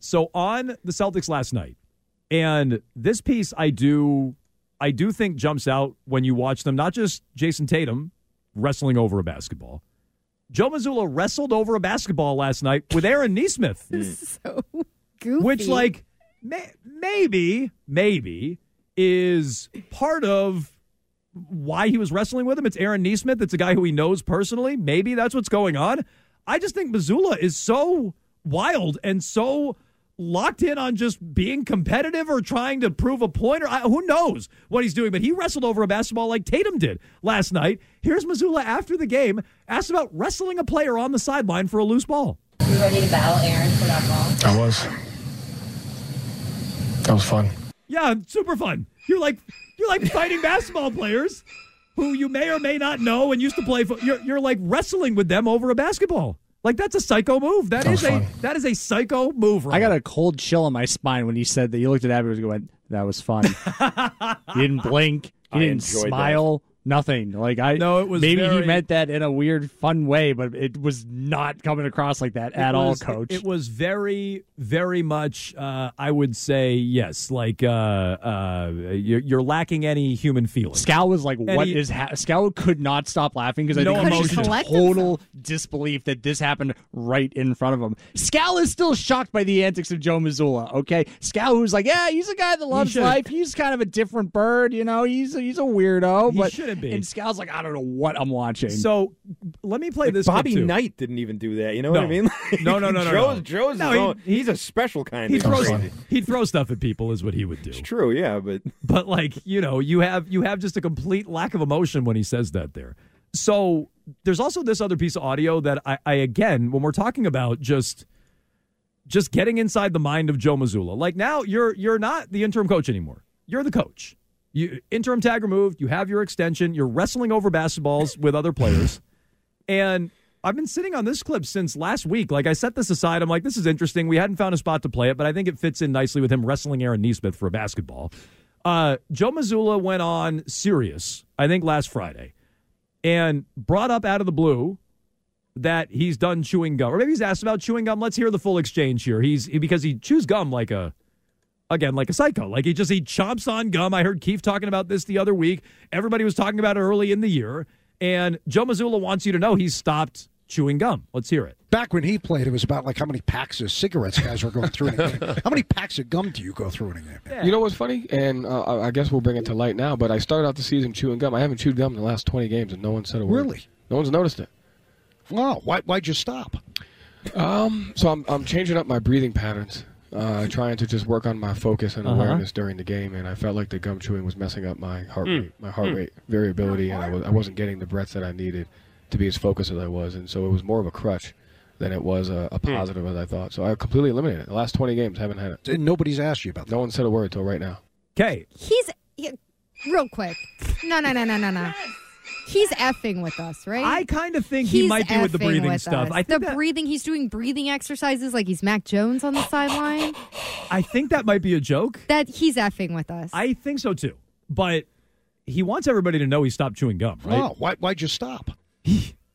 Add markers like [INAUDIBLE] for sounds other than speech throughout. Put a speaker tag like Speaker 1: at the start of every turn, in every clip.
Speaker 1: So on the Celtics last night, and this piece I do I do think jumps out when you watch them, not just Jason Tatum wrestling over a basketball. Joe Missoula wrestled over a basketball last night with Aaron Neesmith,
Speaker 2: so goofy.
Speaker 1: which like may, maybe maybe is part of why he was wrestling with him. It's Aaron Neesmith. It's a guy who he knows personally. Maybe that's what's going on. I just think Missoula is so wild and so locked in on just being competitive or trying to prove a point or I, who knows what he's doing. But he wrestled over a basketball like Tatum did last night. Here's Missoula after the game asked about wrestling a player on the sideline for a loose ball.
Speaker 3: You ready to battle Aaron for that ball?
Speaker 4: I was. That was fun.
Speaker 1: Yeah, super fun. You're like you're like fighting basketball players who you may or may not know and used to play. Fo- you're you're like wrestling with them over a basketball. Like that's a psycho move. That
Speaker 4: Sounds
Speaker 1: is a
Speaker 4: fun.
Speaker 1: that is a psycho move.
Speaker 5: I got a cold chill in my spine when he said that. You looked at Abby and went, "That
Speaker 1: [LAUGHS]
Speaker 5: was fun." he didn't blink. He
Speaker 6: I
Speaker 5: didn't
Speaker 6: enjoyed that.
Speaker 5: smile. Nothing. Like I.
Speaker 1: No, it was
Speaker 5: Maybe
Speaker 1: very-
Speaker 5: he meant that in a weird, fun way, but it was not coming across like that at
Speaker 1: It
Speaker 5: all,
Speaker 1: was-
Speaker 5: Coach.
Speaker 1: It, it was very, very much. Uh, I would say yes. Like uh, uh, you're, you're lacking any human feeling.
Speaker 5: Scout was like, "What
Speaker 1: he-
Speaker 5: is?" Ha-? Scout could not stop laughing because I
Speaker 1: No
Speaker 5: think he was
Speaker 1: emotion.
Speaker 5: in
Speaker 2: Collect
Speaker 5: total disbelief that this happened right in front of him. Scout is still shocked by the antics of Joe Missoula. Okay, Scout, who's like, "Yeah, he's a guy that loves
Speaker 1: should-
Speaker 5: life. He's kind of a different bird, you know. He's a, he's a weirdo."
Speaker 1: He
Speaker 5: but
Speaker 1: shouldn't be.
Speaker 5: And Scout's like, "I don't know what I'm watching."
Speaker 1: So let me play this. clip,
Speaker 6: Bobby
Speaker 1: too.
Speaker 6: Knight didn't even do that. You know what
Speaker 1: No.
Speaker 6: I mean? [LAUGHS]
Speaker 1: No, no, no, no,
Speaker 6: Joe's,
Speaker 1: no.
Speaker 6: Joe's
Speaker 1: No,
Speaker 6: his
Speaker 1: he-
Speaker 6: own-
Speaker 1: he-
Speaker 6: he's a special kind
Speaker 1: He'd
Speaker 6: of
Speaker 1: throw,
Speaker 6: crazy.
Speaker 1: he'd throw stuff at people is what he would do.
Speaker 6: It's true, yeah, but
Speaker 1: but like you know you have you have just a complete lack of emotion when he says that there so there's also this other piece of audio that i, I again when we're talking about just just getting inside the mind of joe missoula like now you're you're not the interim coach anymore you're the coach you interim tag removed you have your extension you're wrestling over basketballs with other players and I've been sitting on this clip since last week. Like I set this aside. I'm like, this is interesting. We hadn't found a spot to play it, but I think it fits in nicely with him wrestling Aaron Neesmith for a basketball. Uh, Joe Missoula went on serious, I think last Friday, and brought up out of the blue that he's done chewing gum, or maybe he's asked about chewing gum. Let's hear the full exchange here. He's he- because he chews gum like a again like a psycho. Like he just he chomps on gum. I heard Keith talking about this the other week. Everybody was talking about it early in the year. And Joe Missoula wants you to know he's stopped chewing gum. Let's hear it.
Speaker 7: Back when he played, it was about like how many packs of cigarettes guys were going through in a game. How many packs of gum do you go through in a game?
Speaker 8: You know what's funny? And uh, I I guess we'll bring it to light now, but I started out the season chewing gum. I haven't chewed gum in the last 20 games, and no one said a word.
Speaker 7: Really?
Speaker 8: No one's noticed it.
Speaker 7: Wow, Oh, why, why'd you stop?
Speaker 8: So I'm, I'm changing up my breathing patterns, uh, trying to just work on my focus and awareness during the game, and I felt like the gum chewing was messing up my heart rate, my heart rate variability, and I, was, I wasn't getting the breaths that I needed to be as focused as I was, and so it was more of a crutch than it was a, a positive as I thought. So I completely eliminated it. The last 20 games, haven't had it.
Speaker 7: And nobody's asked you about that.
Speaker 8: No one said a word till right now.
Speaker 1: Okay.
Speaker 2: He's he- real quick. No, no, no, no, no, no. He's effing with us, right?
Speaker 1: I kind of think
Speaker 2: He's
Speaker 1: he might be with the
Speaker 2: effing
Speaker 1: breathing
Speaker 2: with
Speaker 1: stuff.
Speaker 2: us.
Speaker 1: I think
Speaker 2: the
Speaker 1: that,
Speaker 2: breathing. He's doing breathing exercises like he's Mac Jones on the
Speaker 1: [LAUGHS]
Speaker 2: sideline.
Speaker 1: I think that might be a joke.
Speaker 2: That he's effing with us.
Speaker 1: I think so too. But he wants everybody to know he stopped chewing gum, right?
Speaker 7: Wow, Oh, why, why'd you stop?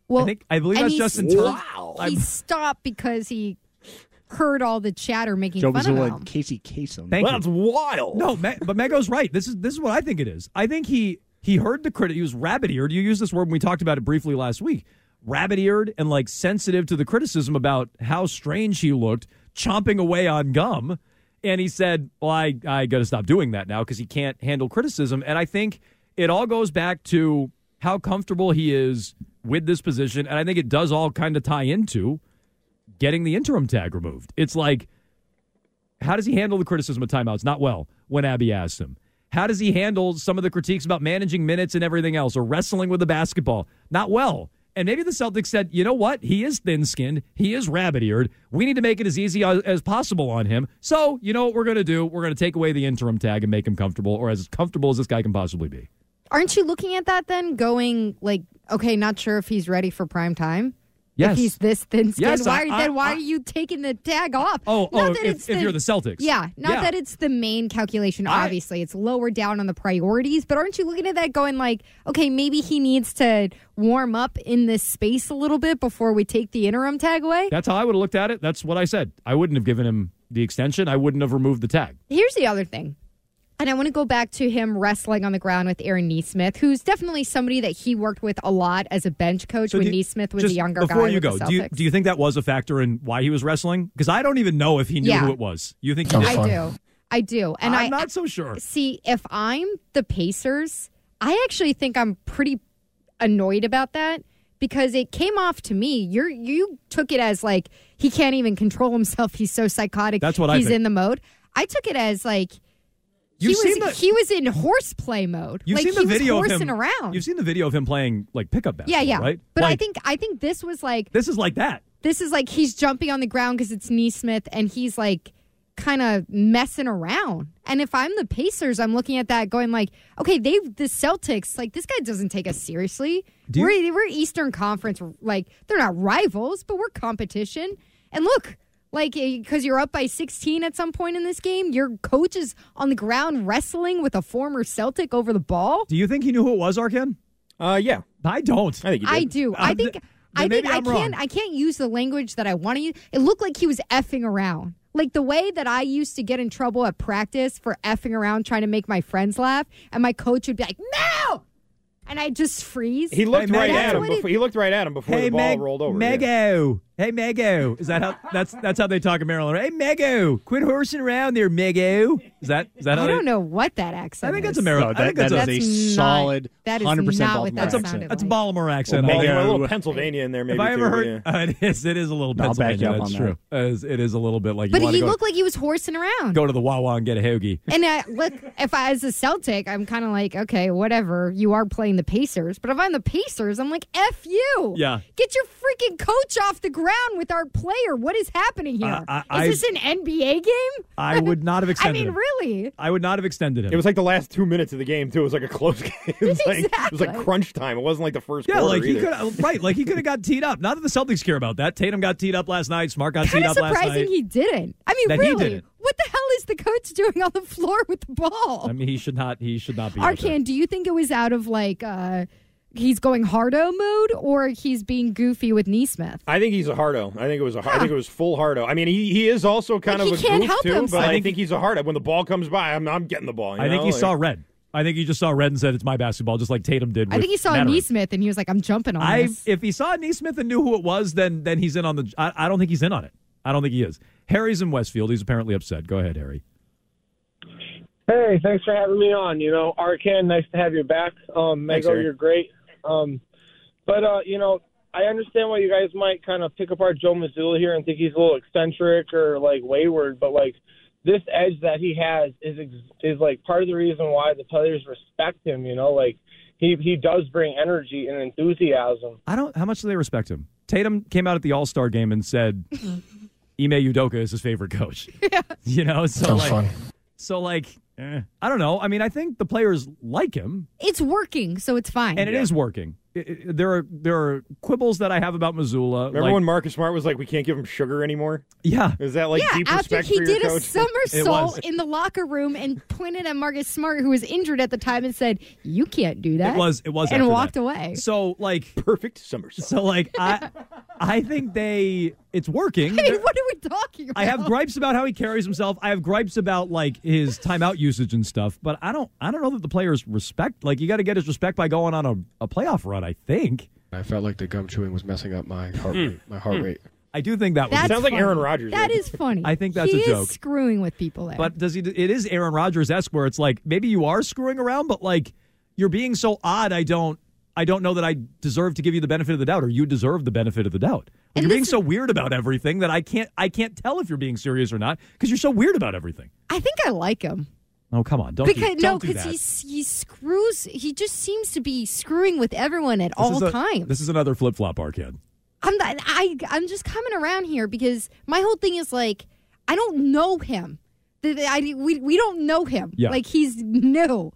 Speaker 2: well,
Speaker 1: I think I believe
Speaker 2: and
Speaker 1: that's
Speaker 2: he
Speaker 1: Justin
Speaker 2: sto-
Speaker 1: Turner. I'm-
Speaker 2: He stopped because he heard all the chatter making
Speaker 5: Joe
Speaker 2: fun
Speaker 5: Missoula,
Speaker 2: of him.
Speaker 5: and Casey Kasem.
Speaker 1: Thank
Speaker 6: that's
Speaker 1: you.
Speaker 6: wild.
Speaker 1: No, Me- but Mego's right. This is this is what I think it is. I think he he heard the critic. He was rabbit eared. You used this word when we talked about it briefly last week. Rabbit eared and like sensitive to the criticism about how strange he looked, chomping away on gum. And he said, "Well, I I got to stop doing that now because he can't handle criticism." And I think it all goes back to how comfortable he is with this position, and I think it does all kind of tie into getting the interim tag removed. It's like how does he handle the criticism of timeouts? Not well, when Abby asked him. How does he handle some of the critiques about managing minutes and everything else or wrestling with the basketball? Not well. And maybe the Celtics said, you know what? He is thin skinned. He is rabbit eared. We need to make it as easy as, as possible on him. So, you know what we're going to do? We're going to take away the interim tag and make him comfortable, or as comfortable as this guy can possibly be.
Speaker 2: Aren't you looking at that then? Going like, okay, not sure if he's ready for prime time.
Speaker 1: Yes.
Speaker 2: If he's this thin skinned,
Speaker 1: Yes,
Speaker 2: why,
Speaker 1: I- I-
Speaker 2: then why
Speaker 1: I-
Speaker 2: are you taking the tag off?
Speaker 1: Oh,
Speaker 2: Not
Speaker 1: oh,
Speaker 2: that
Speaker 1: if-
Speaker 2: it's
Speaker 1: if you're the Celtics.
Speaker 2: Yeah, not
Speaker 1: Yeah.
Speaker 2: that it's the main calculation,
Speaker 1: I-
Speaker 2: obviously. it's lower down on the priorities, but aren't you looking at that going like, okay, maybe he needs to warm up in this space a little bit before we take the interim tag away?
Speaker 1: That's how I would have looked at it. That's what I said. I wouldn't have given him the extension, I wouldn't have removed the tag.
Speaker 2: Here's the other thing. And I want to go back to him wrestling on the ground with Aaron Neesmith, who's definitely somebody that he worked with a lot as a bench coach when Neesmith was a
Speaker 1: just
Speaker 2: younger guy.
Speaker 1: before you
Speaker 2: with
Speaker 1: go,
Speaker 2: the
Speaker 1: do you
Speaker 2: Celtics.
Speaker 1: do you think that was a factor in why he was wrestling? Because I don't even know if he knew
Speaker 2: Yeah.
Speaker 1: who it was. You think he did?
Speaker 2: I do. I do. And
Speaker 1: I'm
Speaker 2: I
Speaker 1: not so sure.
Speaker 2: see if I'm the Pacers, I actually think I'm pretty annoyed about that because it came off to me. You are you took it as like he can't even control himself. He's so psychotic.
Speaker 1: That's what I
Speaker 2: he's
Speaker 1: think.
Speaker 2: in the mode. I took it as like
Speaker 1: You've
Speaker 2: he was
Speaker 1: seen the-
Speaker 2: he was in horseplay mode.
Speaker 1: You've
Speaker 2: like
Speaker 1: seen the
Speaker 2: he was
Speaker 1: video of
Speaker 2: horsing
Speaker 1: him
Speaker 2: around.
Speaker 1: You've seen the video of him playing like pickup
Speaker 2: yeah,
Speaker 1: basketball,
Speaker 2: yeah.
Speaker 1: right?
Speaker 2: But I
Speaker 1: Like,
Speaker 2: think I think this was like
Speaker 1: this is like that.
Speaker 2: this is like he's jumping on the ground because it's Neesmith and he's like kind of messing around. And if I'm the Pacers, I'm looking at that going like, okay, they the Celtics, like this guy doesn't take us seriously.
Speaker 1: you-
Speaker 2: we're we're Eastern Conference, like they're not rivals, but we're competition. And look, like because you're up by 16 at some point in this game, your coach is on the ground wrestling with a former Celtic over the ball.
Speaker 1: Do you think he knew who it was, Arkin?
Speaker 6: Uh, yeah,
Speaker 1: I don't.
Speaker 6: I think you did.
Speaker 2: I do.
Speaker 1: Uh,
Speaker 2: I think
Speaker 1: th-
Speaker 2: I
Speaker 1: then
Speaker 2: think
Speaker 1: maybe
Speaker 2: I
Speaker 1: I'm wrong.
Speaker 2: can't I can't use the language that I want to use. It looked like he was effing around. Like the way that I used to get in trouble at practice for effing around trying to make my friends laugh and my coach would be like, "No!" And I just freeze.
Speaker 6: He looked
Speaker 1: Hey,
Speaker 6: right
Speaker 1: Meg,
Speaker 6: at
Speaker 1: that's
Speaker 6: him.
Speaker 2: what he-
Speaker 6: Before, he looked right at him before the ball rolled over. yeah.
Speaker 1: Mego. Hey, Mego. Is that how? That's that's how they talk in Maryland. Hey, Mego, quit horsing around there, Mego. Is that is that? how
Speaker 2: I
Speaker 1: they-
Speaker 2: don't know what that accent
Speaker 1: I think
Speaker 2: is.
Speaker 1: that's a Maryland.
Speaker 5: No,
Speaker 1: I think
Speaker 5: that-
Speaker 1: that's,
Speaker 5: that
Speaker 1: a,
Speaker 5: is
Speaker 2: That's
Speaker 5: a
Speaker 2: not-
Speaker 5: solid
Speaker 2: that is
Speaker 5: 100%
Speaker 2: not what
Speaker 5: Baltimore
Speaker 2: that
Speaker 1: that's a,
Speaker 5: accent.
Speaker 2: sounded
Speaker 1: that's a
Speaker 2: like.
Speaker 1: Baltimore accent.
Speaker 6: Meg,
Speaker 1: I
Speaker 6: you
Speaker 1: think.
Speaker 6: want a
Speaker 5: Mego.
Speaker 6: little Pennsylvania in there, maybe.
Speaker 1: "Oh, If I
Speaker 6: too,
Speaker 1: ever heard,
Speaker 6: yeah.
Speaker 1: uh, [LAUGHS] it is it is a little
Speaker 5: I'll back
Speaker 1: Pennsylvania.
Speaker 5: you up
Speaker 1: that's
Speaker 5: on
Speaker 1: true. It is- it is a little bit like.
Speaker 2: But
Speaker 1: you wanna
Speaker 2: he
Speaker 1: go,
Speaker 2: looked like he was horsing around.
Speaker 1: go to the Wawa and get a hoagie.
Speaker 2: And I, look, if I as a Celtic, I'm kind of like, okay, whatever. You are playing the Pacers, but if I'm the Pacers, I'm like, f you.
Speaker 1: Yeah.
Speaker 2: Get your freaking coach off the ground with our player. What is happening here? Is
Speaker 1: Uh, I-
Speaker 2: this an NBA game?
Speaker 1: I
Speaker 2: [LAUGHS]
Speaker 1: would not have
Speaker 2: I
Speaker 1: extended.
Speaker 2: mean,
Speaker 1: him.
Speaker 2: really?
Speaker 1: I would not have extended him.
Speaker 6: It was like the last two minutes of the game too. It was like a close [LAUGHS] game. It was, like, it was like
Speaker 2: Exactly.
Speaker 6: crunch time. It wasn't like the first
Speaker 1: Yeah,
Speaker 6: quarter
Speaker 1: like he
Speaker 6: either.
Speaker 1: could right, like he could have got teed up. Not that the Celtics care about that. Tatum got teed up last night. Smart got teed
Speaker 2: Kind of
Speaker 1: up last
Speaker 2: surprising
Speaker 1: night.
Speaker 2: he didn't. I mean,
Speaker 1: That he
Speaker 2: really?
Speaker 1: didn't.
Speaker 2: What the hell is the coach doing on the floor with the ball?
Speaker 1: I mean, he should not. He should not be. out there.
Speaker 2: Arcan, do you think it was out of like uh he's going hardo mode or he's being goofy with Neesmith?
Speaker 6: I think he's a hardo. I think it was a. I think it was full hardo. I mean, he, he is also kind
Speaker 2: Like,
Speaker 6: of
Speaker 2: he
Speaker 6: a
Speaker 2: can't
Speaker 6: goof
Speaker 2: help
Speaker 6: too,
Speaker 2: himself.
Speaker 1: I
Speaker 6: but I
Speaker 1: think-
Speaker 6: think he's a hardo. When the ball comes by, I'm, I'm getting the ball. you
Speaker 1: I think
Speaker 6: know?
Speaker 1: he
Speaker 6: Like-
Speaker 1: saw red. I think he just saw red and said, "It's my basketball," just like Tatum did.
Speaker 2: I
Speaker 1: with
Speaker 2: think he saw
Speaker 1: Mathurin.
Speaker 2: Neesmith and he was like, I'm jumping on
Speaker 1: I
Speaker 2: this.
Speaker 1: if he saw Neesmith and knew who it was, then then he's in on the. I, I don't think he's in on it. I don't think he is. Harry's in Westfield. He's apparently upset. Go ahead, Harry.
Speaker 4: Hey, thanks for having me on. You know, Arcan, nice to have you back. Um,
Speaker 6: Thanks,
Speaker 4: Mego,
Speaker 6: Eric.
Speaker 4: you're great. Um, but uh, you know, I understand why you guys might kind of pick apart Joe Mazzulla here and think he's a little eccentric or like wayward, but like this edge that he has is ex- is like part of the reason why the players respect him. You know, like he he does bring energy and enthusiasm.
Speaker 1: I don't. How much do they respect him? Tatum came out at the All Star game and
Speaker 2: [LAUGHS]
Speaker 1: said, "Ime Udoka is his favorite coach." You know, so
Speaker 8: Sounds
Speaker 1: like,
Speaker 8: fun.
Speaker 1: so like, eh, I don't know. I mean, I think the players like him,
Speaker 2: it's working, so it's fine.
Speaker 1: and it is working. I- I- there are there are quibbles that I have about Missoula.
Speaker 6: Remember
Speaker 1: like-
Speaker 6: when Marcus Smart was like, "We can't give him sugar anymore"?
Speaker 1: yeah,
Speaker 6: Is that like
Speaker 2: yeah,
Speaker 6: deep
Speaker 2: after
Speaker 6: respect
Speaker 2: he
Speaker 6: for
Speaker 2: did
Speaker 6: your
Speaker 2: a
Speaker 6: coach?
Speaker 1: was.
Speaker 2: somersault in the locker room and pointed at Marcus Smart, who was injured at the time, and said, "You can't do that."
Speaker 1: it was it was
Speaker 2: and
Speaker 1: after
Speaker 2: walked
Speaker 1: that.
Speaker 2: away. [LAUGHS]
Speaker 1: So like,
Speaker 6: Perfect somersault.
Speaker 1: so like, I I think they it's
Speaker 2: [LAUGHS]
Speaker 1: working.
Speaker 2: I mean, what are we talking about?
Speaker 1: I have gripes about how he carries himself. I have gripes about like his timeout usage and stuff. But I don't I don't know that the players respect. Like you got to get his respect by going on a, a playoff run. I think
Speaker 8: I felt like the gum chewing was messing up my heart
Speaker 1: Hmm.
Speaker 8: rate. My heart rate.
Speaker 1: I do think that was.
Speaker 2: That's
Speaker 6: Sounds like
Speaker 2: funny.
Speaker 6: Aaron Rodgers,
Speaker 2: That
Speaker 6: right?
Speaker 2: is funny.
Speaker 1: I think that's
Speaker 2: he
Speaker 1: a
Speaker 2: is
Speaker 1: joke.
Speaker 2: screwing with people there.
Speaker 1: but does he? do- It is Aaron Rodgers esque where it's like maybe you are screwing around, but like you're being so odd. I don't. I don't know that I deserve to give you the benefit of the doubt, or you deserve the benefit of the doubt. Like,
Speaker 2: And
Speaker 1: you're
Speaker 2: this
Speaker 1: being
Speaker 2: is-
Speaker 1: so weird about everything that I can't. I can't tell if you're being serious or not because you're so weird about everything.
Speaker 2: I think I like him.
Speaker 1: Oh, come on. Don't do-
Speaker 2: because
Speaker 1: don't
Speaker 2: no,
Speaker 1: do
Speaker 2: because
Speaker 1: that.
Speaker 2: he he screws. He just seems to be screwing with everyone at
Speaker 1: This
Speaker 2: all
Speaker 1: is a-
Speaker 2: times.
Speaker 1: This is another flip flop arcade.
Speaker 2: I'm not, I I'm just coming around here because my whole thing is like I don't know him. The- the- I we we don't know him.
Speaker 1: Yeah.
Speaker 2: Like he's new.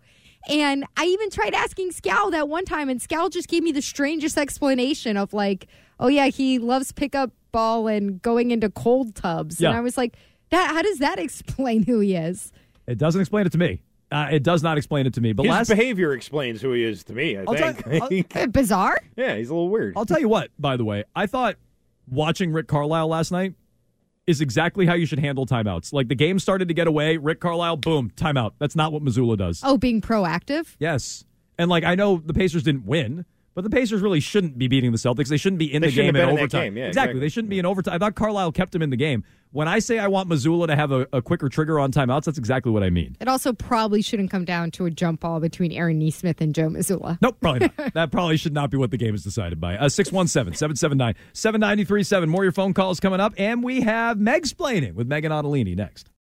Speaker 2: And I even tried asking Scal that one time, and Scal just gave me the strangest explanation of like, oh yeah, he loves pickup ball and going into cold tubs.
Speaker 1: Yeah.
Speaker 2: And I was like, that how does that [LAUGHS] explain who he is?
Speaker 1: It doesn't explain it to me. Uh, it does not explain it to me. But
Speaker 6: His
Speaker 1: last,
Speaker 6: behavior explains who he is to me. I
Speaker 1: I'll tell-
Speaker 6: think.
Speaker 2: Uh, Bizarre.
Speaker 6: [LAUGHS] yeah, he's a little weird.
Speaker 1: I'll tell you what. By the way, I thought watching Rick Carlisle last night is exactly how you should handle timeouts. Like the game started to get away, Rick Carlisle, boom, timeout. That's not what Missoula does.
Speaker 2: Oh, being proactive.
Speaker 1: Yes, and like I know the Pacers didn't win, but the Pacers really shouldn't be beating the Celtics. They shouldn't be in
Speaker 6: They
Speaker 1: the game
Speaker 6: shouldn't
Speaker 1: in
Speaker 6: have been in that
Speaker 1: overtime.
Speaker 6: game. Yeah, exactly.
Speaker 1: They shouldn't be in overtime. I thought Carlisle kept him in the game. When I say I want Missoula to have a, a quicker trigger on timeouts, that's exactly what I mean.
Speaker 2: It also probably shouldn't come down to a jump ball between Aaron Neesmith and Joe Missoula.
Speaker 1: Nope, probably not. that probably should not be what the game is decided by. Uh, 617-779-7937. More of your phone calls coming up. And we have Megsplaining with Megan Ottolini next.